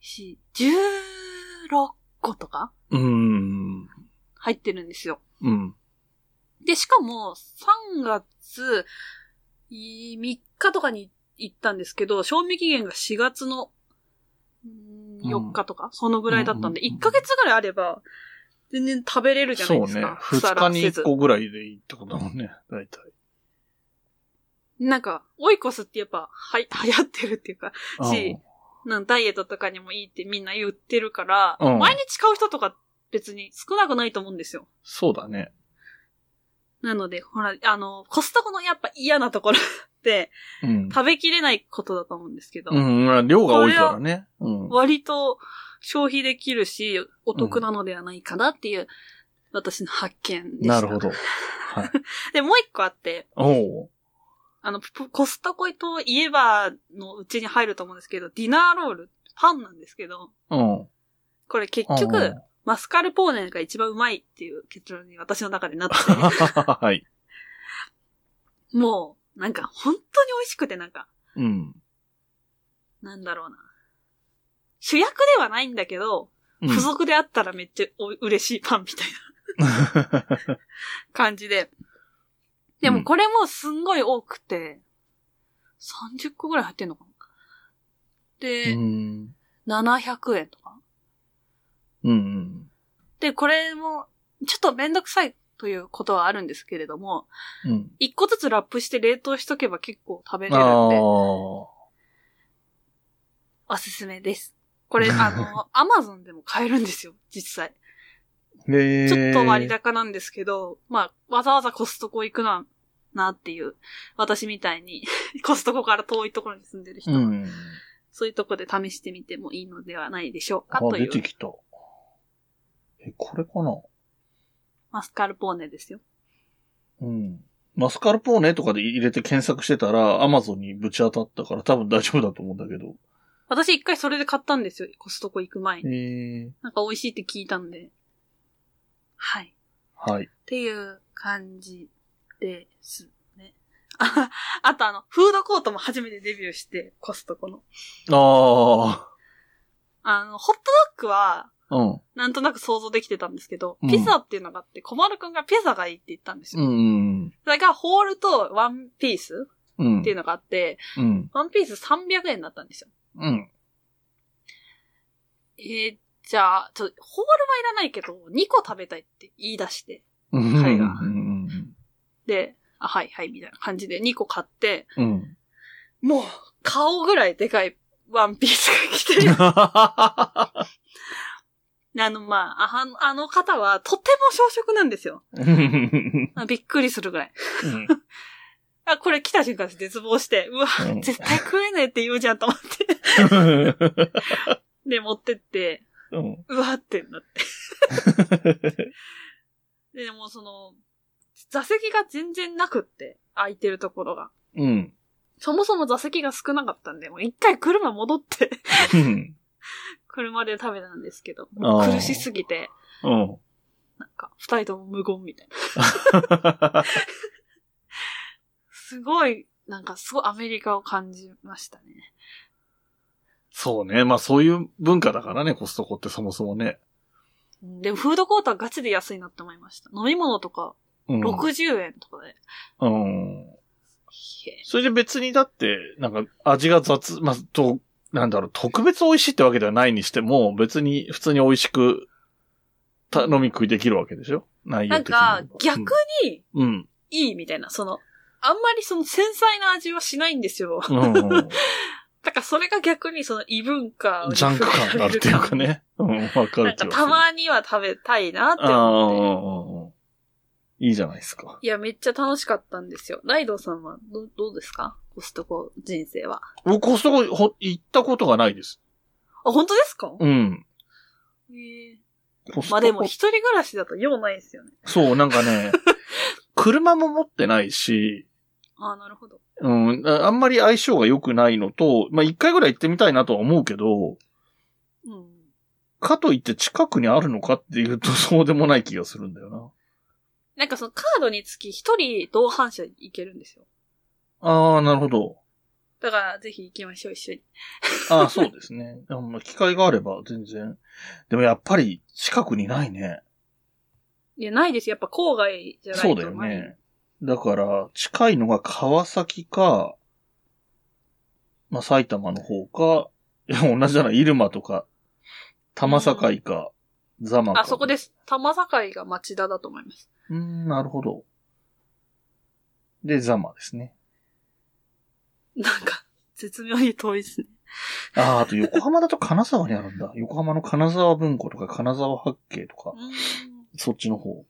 Speaker 2: し16個とか
Speaker 1: うん。
Speaker 2: 入ってるんですよ。
Speaker 1: うん。
Speaker 2: で、しかも、3月3日とかに行ったんですけど、賞味期限が4月のんー
Speaker 1: うん
Speaker 2: 4日とか、そのぐらいだったんで、
Speaker 1: うんうんうん
Speaker 2: 1ヶ月ぐらいあれば、全然食べれるじゃない
Speaker 1: そう
Speaker 2: です
Speaker 1: ね
Speaker 2: か。。
Speaker 1: 二
Speaker 2: ら
Speaker 1: 日に一個ぐらいでいいってことだもんね。大体。
Speaker 2: なんか、オイコスってやっぱ、はい、流行ってるっていうか、
Speaker 1: うん
Speaker 2: なんダイエットとかにもいいってみんな言ってるから、
Speaker 1: うん
Speaker 2: 毎日買う人とか別に少なくないと思うんですよ。
Speaker 1: そうだね。
Speaker 2: なので、ほら、あの、コストコのやっぱ嫌なところって、
Speaker 1: うん。
Speaker 2: 食べきれないことだと思うんですけど、
Speaker 1: うん、まあ量が多いからね。うん。
Speaker 2: 割と消費できるし、お得なのではないかなっていう、私の発見でした。
Speaker 1: なるほ。ど。はい。
Speaker 2: で、もう一個あって、
Speaker 1: おう。
Speaker 2: あの、ポコストコといえばのうちに入ると思うんですけど、ディナーロール、パンなんですけど、
Speaker 1: うん。
Speaker 2: これ結局、
Speaker 1: うん
Speaker 2: マスカルポーネが一番うまいっていう結論に私の中でなって て、
Speaker 1: はい。
Speaker 2: もう、なんか本当に美味しくてなんか、
Speaker 1: うん。
Speaker 2: なんだろうな。主役ではないんだけど、
Speaker 1: うん
Speaker 2: 付属であったらめっちゃお嬉しいパンみたいな感じで。で
Speaker 1: う
Speaker 2: も
Speaker 1: ん
Speaker 2: これもすんごい多くて、30個ぐらい入ってんのかな
Speaker 1: う
Speaker 2: で、
Speaker 1: ん。
Speaker 2: 700円とか。
Speaker 1: うんうん。
Speaker 2: で、これも、ちょっとめんどくさいということはあるんですけれども、
Speaker 1: うん。
Speaker 2: 1個ずつラップして冷凍しとけば結構食べれる
Speaker 1: あ
Speaker 2: ん
Speaker 1: あ
Speaker 2: で、おすすめです。こ れ、あの、アマゾンでも買えるんですよ、実際。
Speaker 1: ー。へえ。
Speaker 2: ちょっと割。高なんですけど、まあ、わざわざコストコ行くな、なっていう、私みたいに、 コストコから遠いところに住んでる人
Speaker 1: う
Speaker 2: は、
Speaker 1: ん。
Speaker 2: そういうとこで試してみてもいいのではないでしょうか
Speaker 1: あ、
Speaker 2: とい
Speaker 1: 出て
Speaker 2: う、
Speaker 1: きた。え、これかな
Speaker 2: マスカルポーネですよ。
Speaker 1: うん。マスカルポーネとかで入れて検索してたら、アマゾンにぶち当たったから多分大丈夫だと思うんだけど。
Speaker 2: 私一回それで買ったんですよ、コストコ行く前に。
Speaker 1: へえ。
Speaker 2: なんか美味しいって聞いたんで。はい。
Speaker 1: はい。
Speaker 2: っていう感じですね。 ああとあの、フードコートも初めてデビューして、コストコの。
Speaker 1: あ
Speaker 2: あの、ホットドッグは、
Speaker 1: あ。うん。
Speaker 2: なんとなく想像できてたんですけど
Speaker 1: う、ん
Speaker 2: ピザっていうのがあって、小丸くんがピザがいいって言ったんです
Speaker 1: う
Speaker 2: よ。
Speaker 1: ん。
Speaker 2: それがホールとワンピース
Speaker 1: うん。
Speaker 2: っていうのがあって、
Speaker 1: うん。
Speaker 2: ワンピース300円だったんですよ。
Speaker 1: うん。
Speaker 2: えー、じゃあ、ちょ、ホールはいらないけど、2個食べたいって言い出して、
Speaker 1: うん。
Speaker 2: はい
Speaker 1: うん。
Speaker 2: で、あ、はいはい、みたいな感じで2個買って、
Speaker 1: うん。
Speaker 2: もう、顔ぐらいでかいワンピースが着て るあの、まあ、あの、あの方はとても小食なんですよ。
Speaker 1: うん
Speaker 2: あびっくりするぐらい。あ、これ来た瞬間絶望して、うわ、
Speaker 1: うん
Speaker 2: 絶対食えねえって言うじゃんと思って。 で、持ってって、
Speaker 1: うん
Speaker 2: うわってなって。で、もうその、座席が全然なくって、空いてるところが。
Speaker 1: うん。
Speaker 2: そもそも座席が少なかったんで、もう一回車戻って、
Speaker 1: うん。
Speaker 2: 車で食べたんですけど、もう苦しすぎて、
Speaker 1: うん。
Speaker 2: なんか、二人とも無言みたいな。すごい、なんかすごいアメリカを感じましたね。
Speaker 1: そうね。まあそういう文化だからね、コストコってそもそもね。
Speaker 2: でもフードコートはガチで安いなって思いました。飲み物とか
Speaker 1: うん。
Speaker 2: 60円とかで。
Speaker 1: う
Speaker 2: へ
Speaker 1: ん。
Speaker 2: え
Speaker 1: それで別にだって、なんか味が雑、まあ、と、なんだろう、特別美味しいってわけではないにしても、別に普通に美味しく、た飲み食いできるわけでしょ内容
Speaker 2: なん
Speaker 1: 的には
Speaker 2: か逆に
Speaker 1: うん。
Speaker 2: いいみたいな、その、あんまりその繊細な味はしないんですよ。
Speaker 1: うん。うん
Speaker 2: だからそれが逆にその異文化を
Speaker 1: ジャンク感があるっていうかね。うん、わかる気
Speaker 2: な
Speaker 1: が
Speaker 2: ん
Speaker 1: す
Speaker 2: か
Speaker 1: る。
Speaker 2: たまには食べたいなって
Speaker 1: あーうんう
Speaker 2: 思って。
Speaker 1: んうんいいじゃないですか。
Speaker 2: いや、めっちゃ楽しかったんですよ。ライドさんはどどうですかコストコ人生は。
Speaker 1: 僕、コストコほ行ったことがないです。
Speaker 2: あ、本当ですか、
Speaker 1: うん。
Speaker 2: へえ
Speaker 1: コストコ
Speaker 2: まあでも一人暮らしだと用ないですよね。
Speaker 1: そう、なんか ね、車も持ってないし、
Speaker 2: ああ、なるほど。
Speaker 1: うん、ああんまり相性が良くないのと、まあ、一回ぐらい行ってみたいなとは思うけど、
Speaker 2: うん。
Speaker 1: かといって近くにあるのかっていうと そうでもない気がするんだよな。
Speaker 2: なんかそのカードにつき一人同伴者いけるんですよ。
Speaker 1: ああ、なるほど。
Speaker 2: だからぜひ行きましょう、一緒に。
Speaker 1: ああ、そうですね。 あまあ、機会があれば全然。でもやっぱり近くにないね。
Speaker 2: いや、ないです。やっぱ郊外じゃないと
Speaker 1: そうだよ
Speaker 2: ない
Speaker 1: ね。。だから、近いのが川崎か、まあ、埼玉の方か、 いや、同じじゃない、入間とか、玉境か、座間か。
Speaker 2: あ、そこです。玉境が町田だと思います。
Speaker 1: うーん、なるほど。で、ザマですね。
Speaker 2: なんか、絶妙に遠いですね。
Speaker 1: ああ、あと横浜だと金沢にあるんだ。 横浜の金沢文庫とか金沢八景とか、
Speaker 2: うーん。
Speaker 1: そっちの方。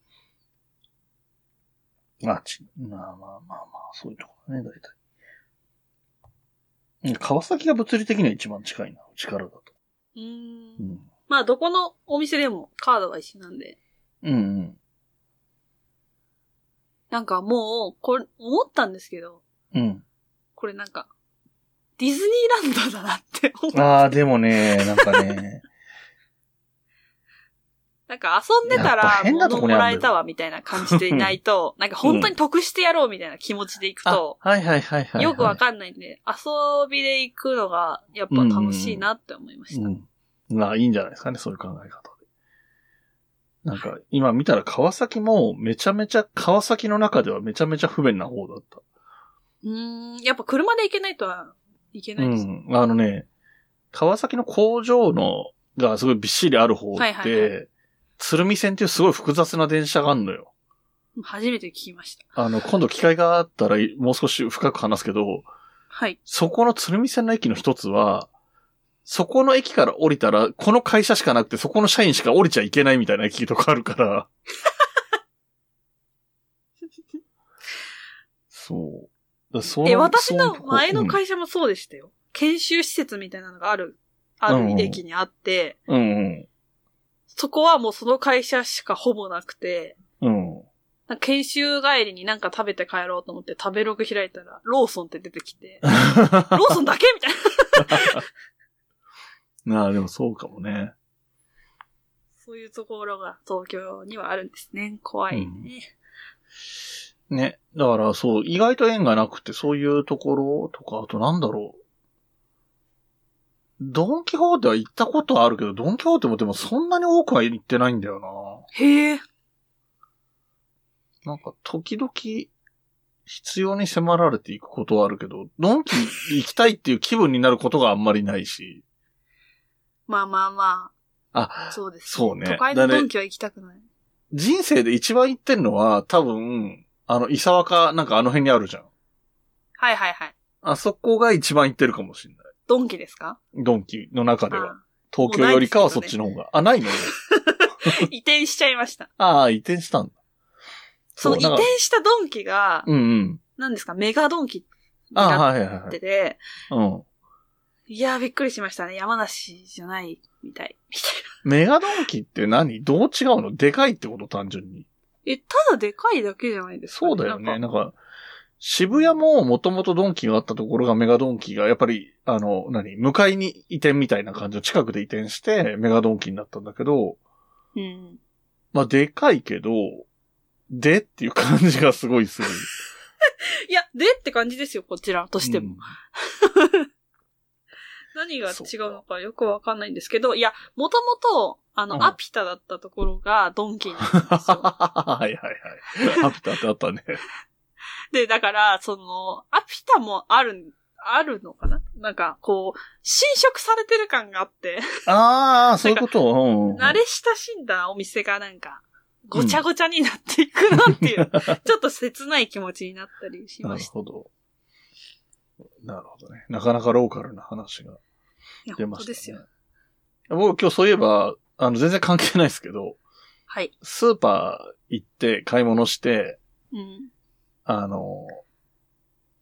Speaker 1: あ、ち、まあまあまあまあ、そういうとこだね、大体。うん川崎が物理的には一番近いな、うちからだと。
Speaker 2: うー。
Speaker 1: うんん。
Speaker 2: まあ、どこのお店でもカードが一緒なんで。
Speaker 1: うんうん。
Speaker 2: なんかもう、これ、思ったんですけど、
Speaker 1: うん。
Speaker 2: これなんか、ディズニーランドだなって思う。
Speaker 1: ああ、でもね、なん かね、
Speaker 2: なんか遊んでた
Speaker 1: やっぱ
Speaker 2: ら、
Speaker 1: 変なと
Speaker 2: 物も
Speaker 1: こにあるんだ
Speaker 2: らえ
Speaker 1: よ
Speaker 2: たわみたいな感じでいないと、なんか本当に得してやろうみたいな気持ちでいく
Speaker 1: あ
Speaker 2: と、、
Speaker 1: はいはいはいはい。
Speaker 2: よくわかんないんで、遊びで行くのがやっぱ楽しいなって思いました。
Speaker 1: うん。まあ、いいんじゃないですかね、そういう考え方で。なんか、今見たら川崎もめちゃめちゃ、川崎の中ではめちゃめちゃ不便な方だった。
Speaker 2: うーん、やっぱ車で行けないとはいけな
Speaker 1: う
Speaker 2: いです。
Speaker 1: ん。あのね、川崎の工場の、がすごいびっしりある方って、
Speaker 2: はいはい
Speaker 1: 鶴見線っていうすごい複雑な電車があんのよ。
Speaker 2: 初めて聞きました。
Speaker 1: あの、今度機会があったらもう少し深く話すけど、
Speaker 2: はい。
Speaker 1: そこの鶴見線の駅の一つは、そこの駅から降りたら、この会社しかなくて、そこの社員しか降りちゃいけないみたいな駅とかあ るから。そう。その
Speaker 2: え、私の
Speaker 1: そ
Speaker 2: 前の
Speaker 1: とこ
Speaker 2: 会社もそうでしたよ。研修施設みたいなのがある、あ
Speaker 1: うんうん
Speaker 2: る駅にあって、
Speaker 1: うん
Speaker 2: そこはもうその会社しかほぼなくて、
Speaker 1: うん。うん。
Speaker 2: なんか研修帰りになんか食べて帰ろうと思って食べログ開いたら、ローソンって出てき て、ローソンだけみたいな。
Speaker 1: なあ、でもそうかもね。
Speaker 2: そういうところが東京にはあるんですね。怖いね。
Speaker 1: ね。だからそう、意外と縁がなくて、そういうところとか、あとなんだろう。ドンキホーテは行ったことはあるけど、ドンキホーテもでもそんなに多くは行ってないんだよな。
Speaker 2: へえ。
Speaker 1: なんか、時々、必要に迫られていくことはあるけど、ドンキ行きたいっていう気分になることがあんまりないし。
Speaker 2: まあまあまあ。
Speaker 1: あ、
Speaker 2: そうです、
Speaker 1: そうね
Speaker 2: 都会のドンキは行きたくない。
Speaker 1: 人生で一番行ってるのは、多分、あの、伊沢か、なんかあの辺にあるじゃん。
Speaker 2: はいはいはい。
Speaker 1: あそこが一番行ってるかもしれない。
Speaker 2: ドンキですか
Speaker 1: ドンキの中で
Speaker 2: あ
Speaker 1: は。
Speaker 2: あ
Speaker 1: 東京よりかはそっちの方が。あ、ないの
Speaker 2: 移転しちゃいました。
Speaker 1: ああ、移転したんだ。
Speaker 2: その
Speaker 1: う
Speaker 2: 移
Speaker 1: だから
Speaker 2: 転したドンキが、
Speaker 1: うんうん。
Speaker 2: 何ですか、メガドンキに
Speaker 1: ああ、
Speaker 2: な
Speaker 1: はいはい
Speaker 2: っ
Speaker 1: はい
Speaker 2: て。て、い
Speaker 1: うん。
Speaker 2: やーびっくりしましたね。山梨じゃないみたい。みたい
Speaker 1: メガドンキって何どう違うのでかいってこと単純に。
Speaker 2: な。え、ただでかいだけじゃないですか、
Speaker 1: そうだよね。
Speaker 2: なんか
Speaker 1: なんか、渋谷ももともとドンキがあったところがメガドンキが、やっぱり、あの、何向かいに移転みたいな感じの近くで移転して、メガドンキになったんだけど、
Speaker 2: うん。
Speaker 1: まあ、でかいけど、でっていう感じがすごいする。
Speaker 2: いや、でって感じですよ、こちらとしても。
Speaker 1: うん
Speaker 2: 何が違うのかよくわかんないんですけど、いや、もともと、あの、
Speaker 1: うん
Speaker 2: アピタだったところがドンキになったん ですよ。
Speaker 1: はいはいはい。アピタってあったね。
Speaker 2: で、だから、その、アピタもある、あるのかななんか、こう、侵食されてる感があって、
Speaker 1: ああ、そういうこと。うんうん
Speaker 2: 慣れ親しんだお店がなんか、ごちゃごちゃになっていくなっていう、 ちょっと切ない気持ちになったりし
Speaker 1: な
Speaker 2: ま
Speaker 1: る
Speaker 2: した。
Speaker 1: ほど。なるほどね。なかなかローカルな話が
Speaker 2: いや
Speaker 1: 出
Speaker 2: 本
Speaker 1: ま
Speaker 2: 当
Speaker 1: した、ね。
Speaker 2: ですよ。
Speaker 1: 僕今日そういえば、あの、全然関係ないですけど、
Speaker 2: はい。
Speaker 1: スーパー行って買い物して、
Speaker 2: うん。
Speaker 1: あの、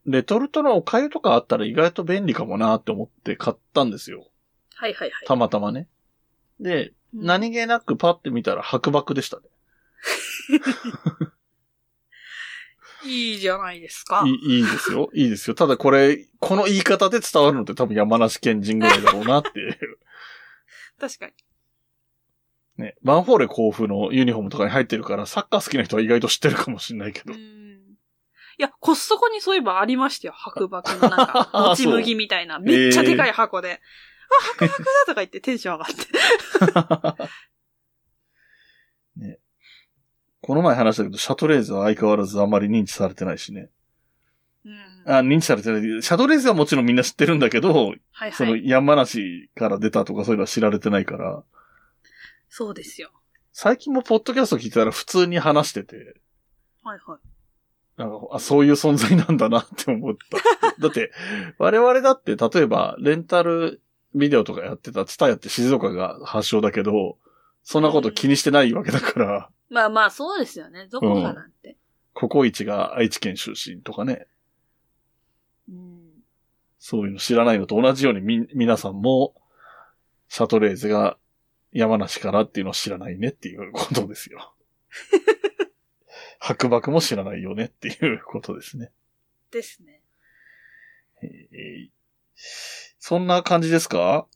Speaker 1: レトルトのお粥とかあったら意外と便利かもなって思って買ったんですよ。
Speaker 2: はいはいはい。
Speaker 1: たまたまね。で、
Speaker 2: うん
Speaker 1: 何気なくパッて見たら白爆でしたね。
Speaker 2: いいじゃないですか。
Speaker 1: いいいいですよ。いいですよ。ただこれ、この言い方で伝わるのって多分山梨県人ぐらいだろうなっていう。
Speaker 2: 確かに。
Speaker 1: ね、バンフォーレ甲府のユニフォームとかに入ってるから、サッカー好きな人は意外と知ってるかもしれないけ
Speaker 2: う
Speaker 1: ど。
Speaker 2: ん。いや、コストコにそういえばありましたよ。白馬のなんか
Speaker 1: 、あ
Speaker 2: もち麦みたいな。めっちゃでかい箱で。あ、白馬だとか言ってテンション上がって。
Speaker 1: ね、この前話したけど、シャトレーゼは相変わらずあまり認知されてないしね。
Speaker 2: うん。
Speaker 1: あ、認知されてない。シャトレーゼはもちろんみんな知ってるんだけど、
Speaker 2: はい
Speaker 1: その
Speaker 2: はい。
Speaker 1: 山梨から出たとかそういうのは知られてないから、
Speaker 2: そうですよ。
Speaker 1: 最近もポッドキャスト聞いたら普通に話してて、
Speaker 2: はいはい。
Speaker 1: なんかあそういう存在なんだなって 思った。だって、我々だって例えばレンタルビデオとかやってたツタヤって静岡が発祥だけど、そんなこと気にしてないわけだから、
Speaker 2: まあまあ、そうですよね。どこかなんて。
Speaker 1: ココイチが愛知県出身とかね、
Speaker 2: うん。
Speaker 1: そういうの知らないのと同じようにみ、皆さんも、シャトレーゼが山梨からっていうのを知らないねっていうことです よ。白馬も知らないよねっていうことですね。
Speaker 2: ですね。
Speaker 1: えーそんな感じですか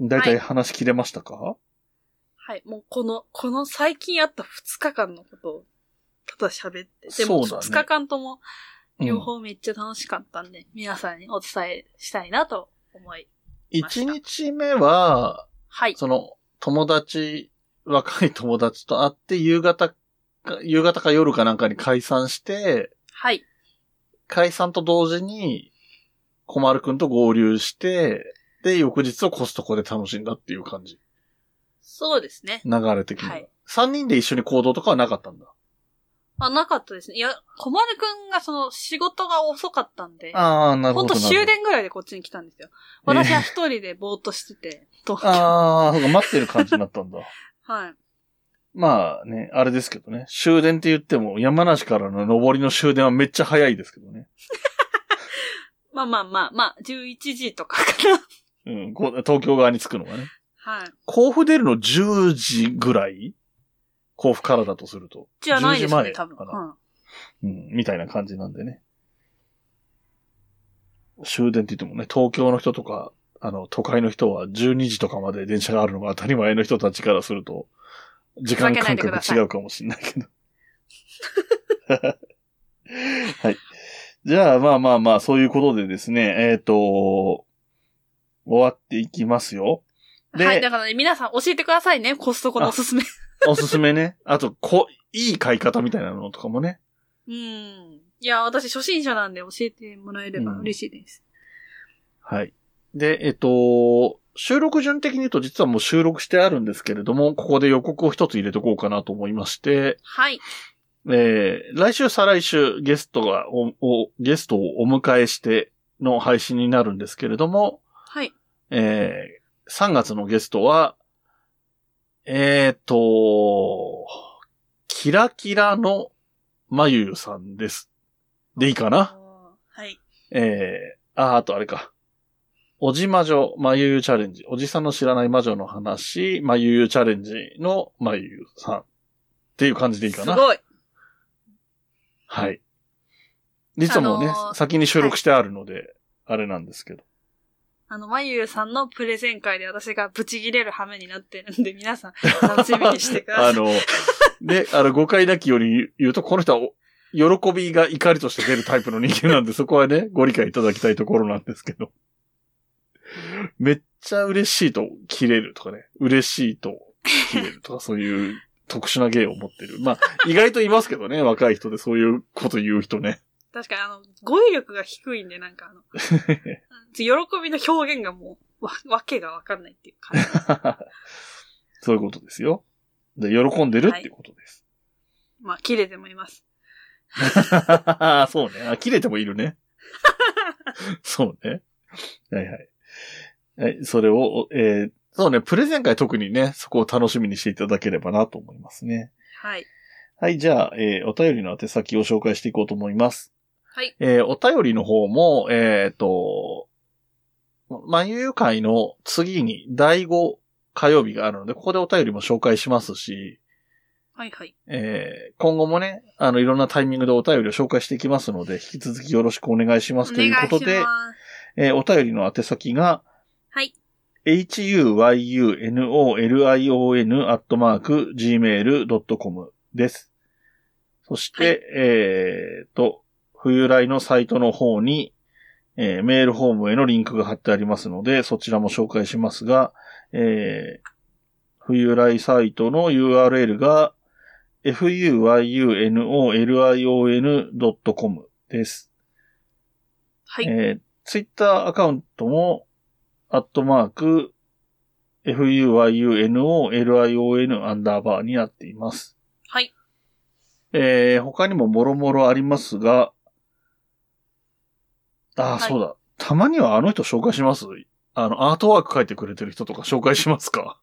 Speaker 1: だいたい話し切れましたか、
Speaker 2: はい。もうこの、この最近あった2日間のことを、ただ喋って。で
Speaker 1: そう
Speaker 2: も
Speaker 1: だね
Speaker 2: 2日間とも、
Speaker 1: うん
Speaker 2: 両方めっちゃ楽しかったんで、皆さんにお伝えしたいなと思い。
Speaker 1: 一日目は、
Speaker 2: はい。
Speaker 1: その、友達若い友達と会って、夕方か、夕方か夜かなんかに解散して、
Speaker 2: はい。
Speaker 1: 解散と同時に、小丸くんと合流して、で、翌日をコストコで楽しんだっていう感じ。
Speaker 2: そうですね。
Speaker 1: 流れ的には。
Speaker 2: はい
Speaker 1: 3人で一緒に行動とかはなかったんだ。
Speaker 2: あ、なかったですね。いや、小丸くんがその仕事が遅かったんで、
Speaker 1: ああ、なる
Speaker 2: ほ
Speaker 1: ほ
Speaker 2: ん
Speaker 1: ど。
Speaker 2: と終電ぐらいでこっちに来たんですよ。私は一人でぼーっとしてて、東京。
Speaker 1: ああ、そうか待ってる感じになったんだ。
Speaker 2: はい。
Speaker 1: まあね、あれですけどね。終電って言っても、山梨からの上りの終電はめっちゃ早いですけどね。
Speaker 2: まあまあまあまあ、11時とかかな。
Speaker 1: うん、こう東京側に着くのがね。
Speaker 2: はい。
Speaker 1: 甲府出るの10時ぐらい甲府からだとすると。
Speaker 2: じゃないです
Speaker 1: 10
Speaker 2: ね、
Speaker 1: 時
Speaker 2: 多
Speaker 1: 前
Speaker 2: 分。
Speaker 1: かな
Speaker 2: うん。
Speaker 1: うん、みたいな感じなんでね。終電って言ってもね、東京の人とか、あの、都会の人は12時とかまで電車があるのが当たり前の人たちからすると、時間感
Speaker 2: ふざけないでくだ
Speaker 1: 覚
Speaker 2: さ
Speaker 1: 違
Speaker 2: いう
Speaker 1: かもしれないけど。はい。じゃあ、まあまあまあ、そういうことでですね、えっ、と、終わっていきますよ。で、
Speaker 2: はい、だからね、皆さん教えてくださいね、コストコのおす すめ。
Speaker 1: おすすめね。あと、こ、いい買い方みたいなのとかもね。
Speaker 2: うん。いや、私初心者なんで教えてもらえれば嬉しいです。
Speaker 1: はい。で、えっと、収録順的に言うと実はもう収録してあるんですけれども、ここで予告を一つ入れとこうかなと思いまして、
Speaker 2: はい。
Speaker 1: えー、来週再来週ゲストがお、お、ゲストをお迎えしての配信になるんですけれども、
Speaker 2: はい。
Speaker 1: えー、3月のゲストは、えっ、と、キラキラのまゆゆさんです。でいいかな
Speaker 2: はい。
Speaker 1: えー、あー、あとあれか。おじ魔女、まゆゆチャレンジ。おじさんの知らない魔女の話、まゆゆチャレンジのまゆゆさん。っていう感じでいいか
Speaker 2: す
Speaker 1: な。
Speaker 2: ごい。
Speaker 1: はい。実はもうね、
Speaker 2: あのー
Speaker 1: 先に収録してあるので、あれなんですけど。
Speaker 2: あの、まゆゆさんのプレゼン会で私がブチギレる羽目になってるんで、皆 さん楽しみにしてください。
Speaker 1: あの、で、あの、誤解なきように言うと、この人はお、喜びが怒りとして出るタイプの人間 なんで、そこはね、ご理解いただきたいところなんですけど。めっちゃ嬉しいと切れるとかね、嬉しいと切れるとか、そういう特殊な芸を持ってる。まあ、意外といますけ どね、若い人でそういうこと言う人ね。
Speaker 2: 確かに、あの、語彙力が低いんで、なんかあの、喜びの表現がもう、わ、わけがわかんないっていう感じ。
Speaker 1: そういうことですよ。で、喜んでるっていうことです。
Speaker 2: まあ、切れてもいます。
Speaker 1: そうね。あ、切れてもいるね。 そうね。はいはい。はい、それを、えーそうね、プレゼン会特にね、そこを楽しみにしていただければなと思いますね。
Speaker 2: はい。
Speaker 1: はい、じゃあ、えーお便りの宛先を紹介していこうと思います。
Speaker 2: はい。
Speaker 1: えーお便りの方も、えっ、と、まゆゆ会の次に第5火曜日があるので、ここでお便りも紹介しますし、
Speaker 2: はいはい。
Speaker 1: えー今後もね、あの、いろんなタイミングでお便りを紹介していきますので、引き続きよろしくお願いしま
Speaker 2: お
Speaker 1: すと
Speaker 2: 願
Speaker 1: い
Speaker 2: いう
Speaker 1: こと
Speaker 2: し
Speaker 1: で、
Speaker 2: ます。
Speaker 1: えーお便りの宛先が、
Speaker 2: はい。
Speaker 1: huyunolion.gmail.com です。そして、
Speaker 2: は
Speaker 1: えーと、冬来のサイトの方に、えーメールフォームへのリンクが貼ってありますので、そちらも紹介しますが、えー冬来サイトの URL が、fuyunolion.com です。
Speaker 2: はい。
Speaker 1: えー、ツイッターアカウントも、アットマーク、fuyunolion アンダーバーになっています。
Speaker 2: はい。
Speaker 1: えー、他にももろもろありますが、ああ、
Speaker 2: はい
Speaker 1: そうだ。たまにはあの人紹介しますあの、アートワーク書いてくれてる人とか紹介しま すか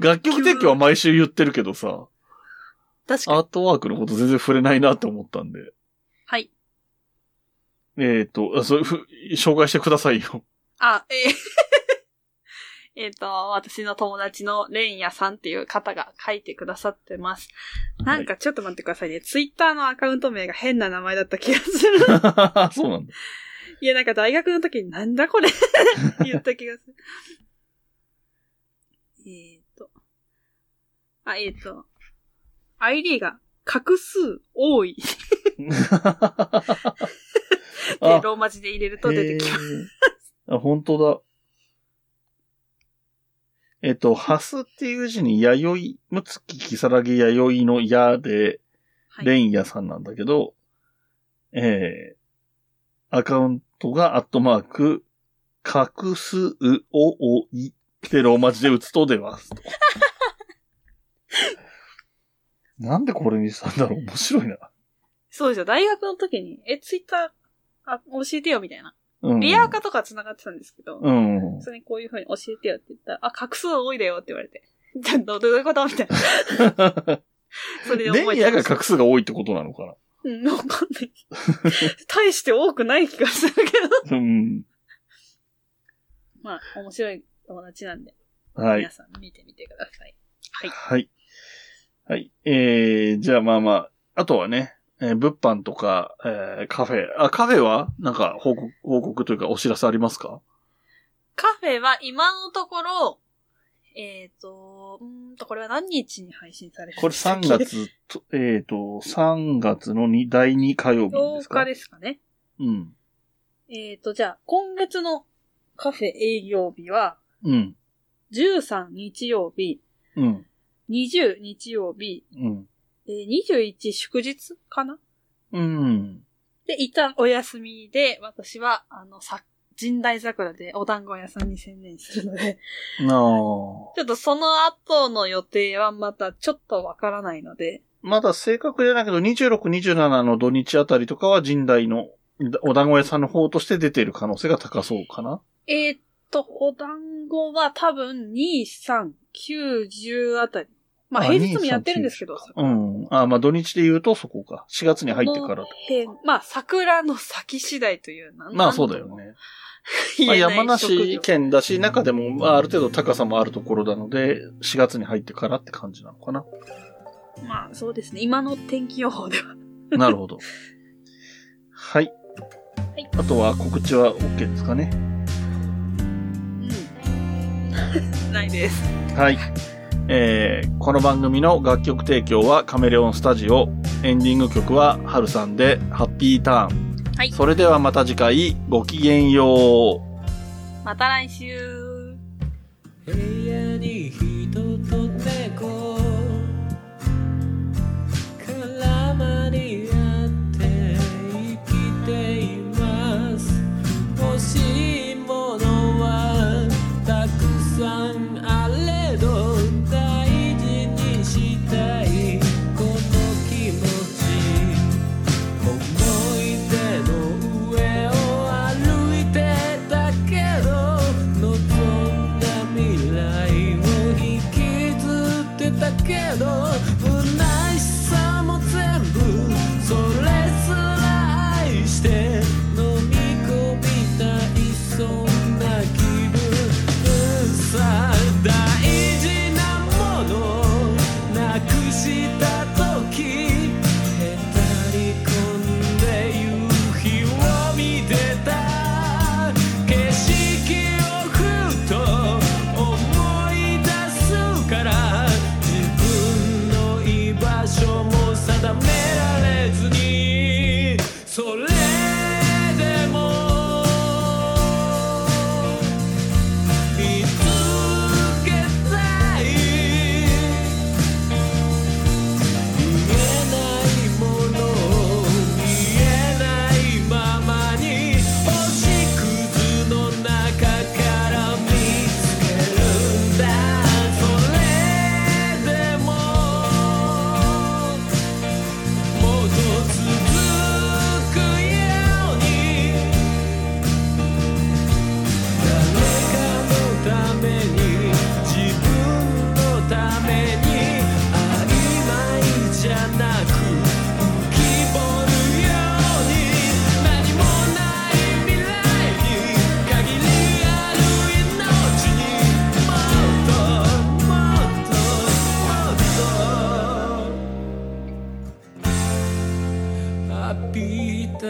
Speaker 1: 楽曲提供は毎週言ってるけどさ、
Speaker 2: 確か
Speaker 1: ア
Speaker 2: に。
Speaker 1: ートワークのこと全然触れないなって思ったんで。
Speaker 2: はい。
Speaker 1: えっ、と、あそうふ、紹介してくださいよ。
Speaker 2: あ、えーえ っと、私の友達のレンヤさんっていう方が書いてくださってます。なんかちょっと待ってくださいね。ツイッターのアカウント名が変な名前だった気がする。
Speaker 1: そうなんだ。
Speaker 2: いや、なんか大学の時になんだこれ言った気がする。えっと。あ、えっ、と。ID が、画数多いって
Speaker 1: あ
Speaker 2: ローマ字で入れると出てきます。
Speaker 1: へーあ、本当だ。えっと、ハスっていう字に、弥生、むつききさらぎ弥生の矢で、
Speaker 2: はい。
Speaker 1: レインヤさんなんだけど、えー、アカウントがアットマーク、隠すうおおいってローマ字で打つと出ます と。なんでこれにしたんだろう面白いな。
Speaker 2: そうですよ。大学の時に、え、ツイッター、あ、教えてよ、みたいな。
Speaker 1: うん。
Speaker 2: リアーカとか繋がってたんですけど、
Speaker 1: うん。
Speaker 2: 普通にこういう風に教えてよって言ったら、あ、画数多いだよって言われて。 じゃあどどういうことみたいな。それで覚
Speaker 1: レ
Speaker 2: え
Speaker 1: イ
Speaker 2: て
Speaker 1: ヤ
Speaker 2: ま
Speaker 1: が
Speaker 2: した。
Speaker 1: 画数が多いってことなのか
Speaker 2: うん、わかんない。 大して多くない気がするけど。
Speaker 1: な。うん。
Speaker 2: まあ、面白い友達なんで、
Speaker 1: はい
Speaker 2: 皆。さん見てみてください。はい。
Speaker 1: はい。はい。えー、じゃあまあまあ、あとはね、えー物販とか、えーカフェ。あ、カフェはなんか報告、報告というかお知らせありますか
Speaker 2: カフェは今のところ、えっ、と、うーんと、これは何日に配信される
Speaker 1: これ3。月と、えっ、と、3月のに第2火曜日で
Speaker 2: 10
Speaker 1: すか
Speaker 2: 日ですかね。
Speaker 1: うん。
Speaker 2: えっ、と、じゃあ、今月のカフェ営業日は、
Speaker 1: うん。
Speaker 2: 13日曜日、
Speaker 1: うん。
Speaker 2: 20日曜日、
Speaker 1: うん。
Speaker 2: えー21祝日かな
Speaker 1: うん。
Speaker 2: で、一旦お休みで、私は、あの、さ、神代桜でお団子屋さんに専念するので、 ち
Speaker 1: なあ。
Speaker 2: ょっとその後の予定はまたちょっとわからないので、
Speaker 1: まだ正確じゃないけど、26、27の土日あたりとかは神代のお団子屋さんの方として出ている可能性が高そうかな。
Speaker 2: えーっと、お団子は多分2、3、9、10あたり。まあ、
Speaker 1: あ
Speaker 2: 平日もやってるんですけど、
Speaker 1: うん。あ、まあ土日で言うとそこか。4月に入ってからと。
Speaker 2: 辺まあ、桜の先次第というな
Speaker 1: まあそうだよ。ね。
Speaker 2: 言
Speaker 1: まあ、
Speaker 2: えない
Speaker 1: 山
Speaker 2: 職
Speaker 1: 梨
Speaker 2: 業
Speaker 1: 県だし、中でもまあある程度高さもあるところなので、4月に入ってからって感じなのかな。
Speaker 2: まあ、そうですね。今の天気予報では。
Speaker 1: なるほど。はい。
Speaker 2: はい
Speaker 1: あとは告知は OK ですかね。
Speaker 2: うん。 ないです。
Speaker 1: はい。えーこの番組の楽曲提供はカメレオンスタジオ。エンディング曲はハルさんでハッピーターン。
Speaker 2: はい。
Speaker 1: それではまた次回ごきげんよう。
Speaker 2: また来週。
Speaker 3: 部屋に人と猫絡まり合って生きています欲しいものはたくさんあれど大事にしたいこの気持ち思い出の上を歩いてたけど望んだ未来を引きずってたけど不悔しさも全部それすら愛して飲み込みたいそんな気分さ大事なものなくした時へたり込んで夕日を見てた景色をふと思い出すから自分の居場所も定められずにそれでも「見つけたい」「見えないものを見えないままに星屑の中から見つけるんだ」「それでももっと続くように」誰かのために自分のために曖昧じゃなく浮き彫るように何もない未来に限りある命にもっともっともっと浴びた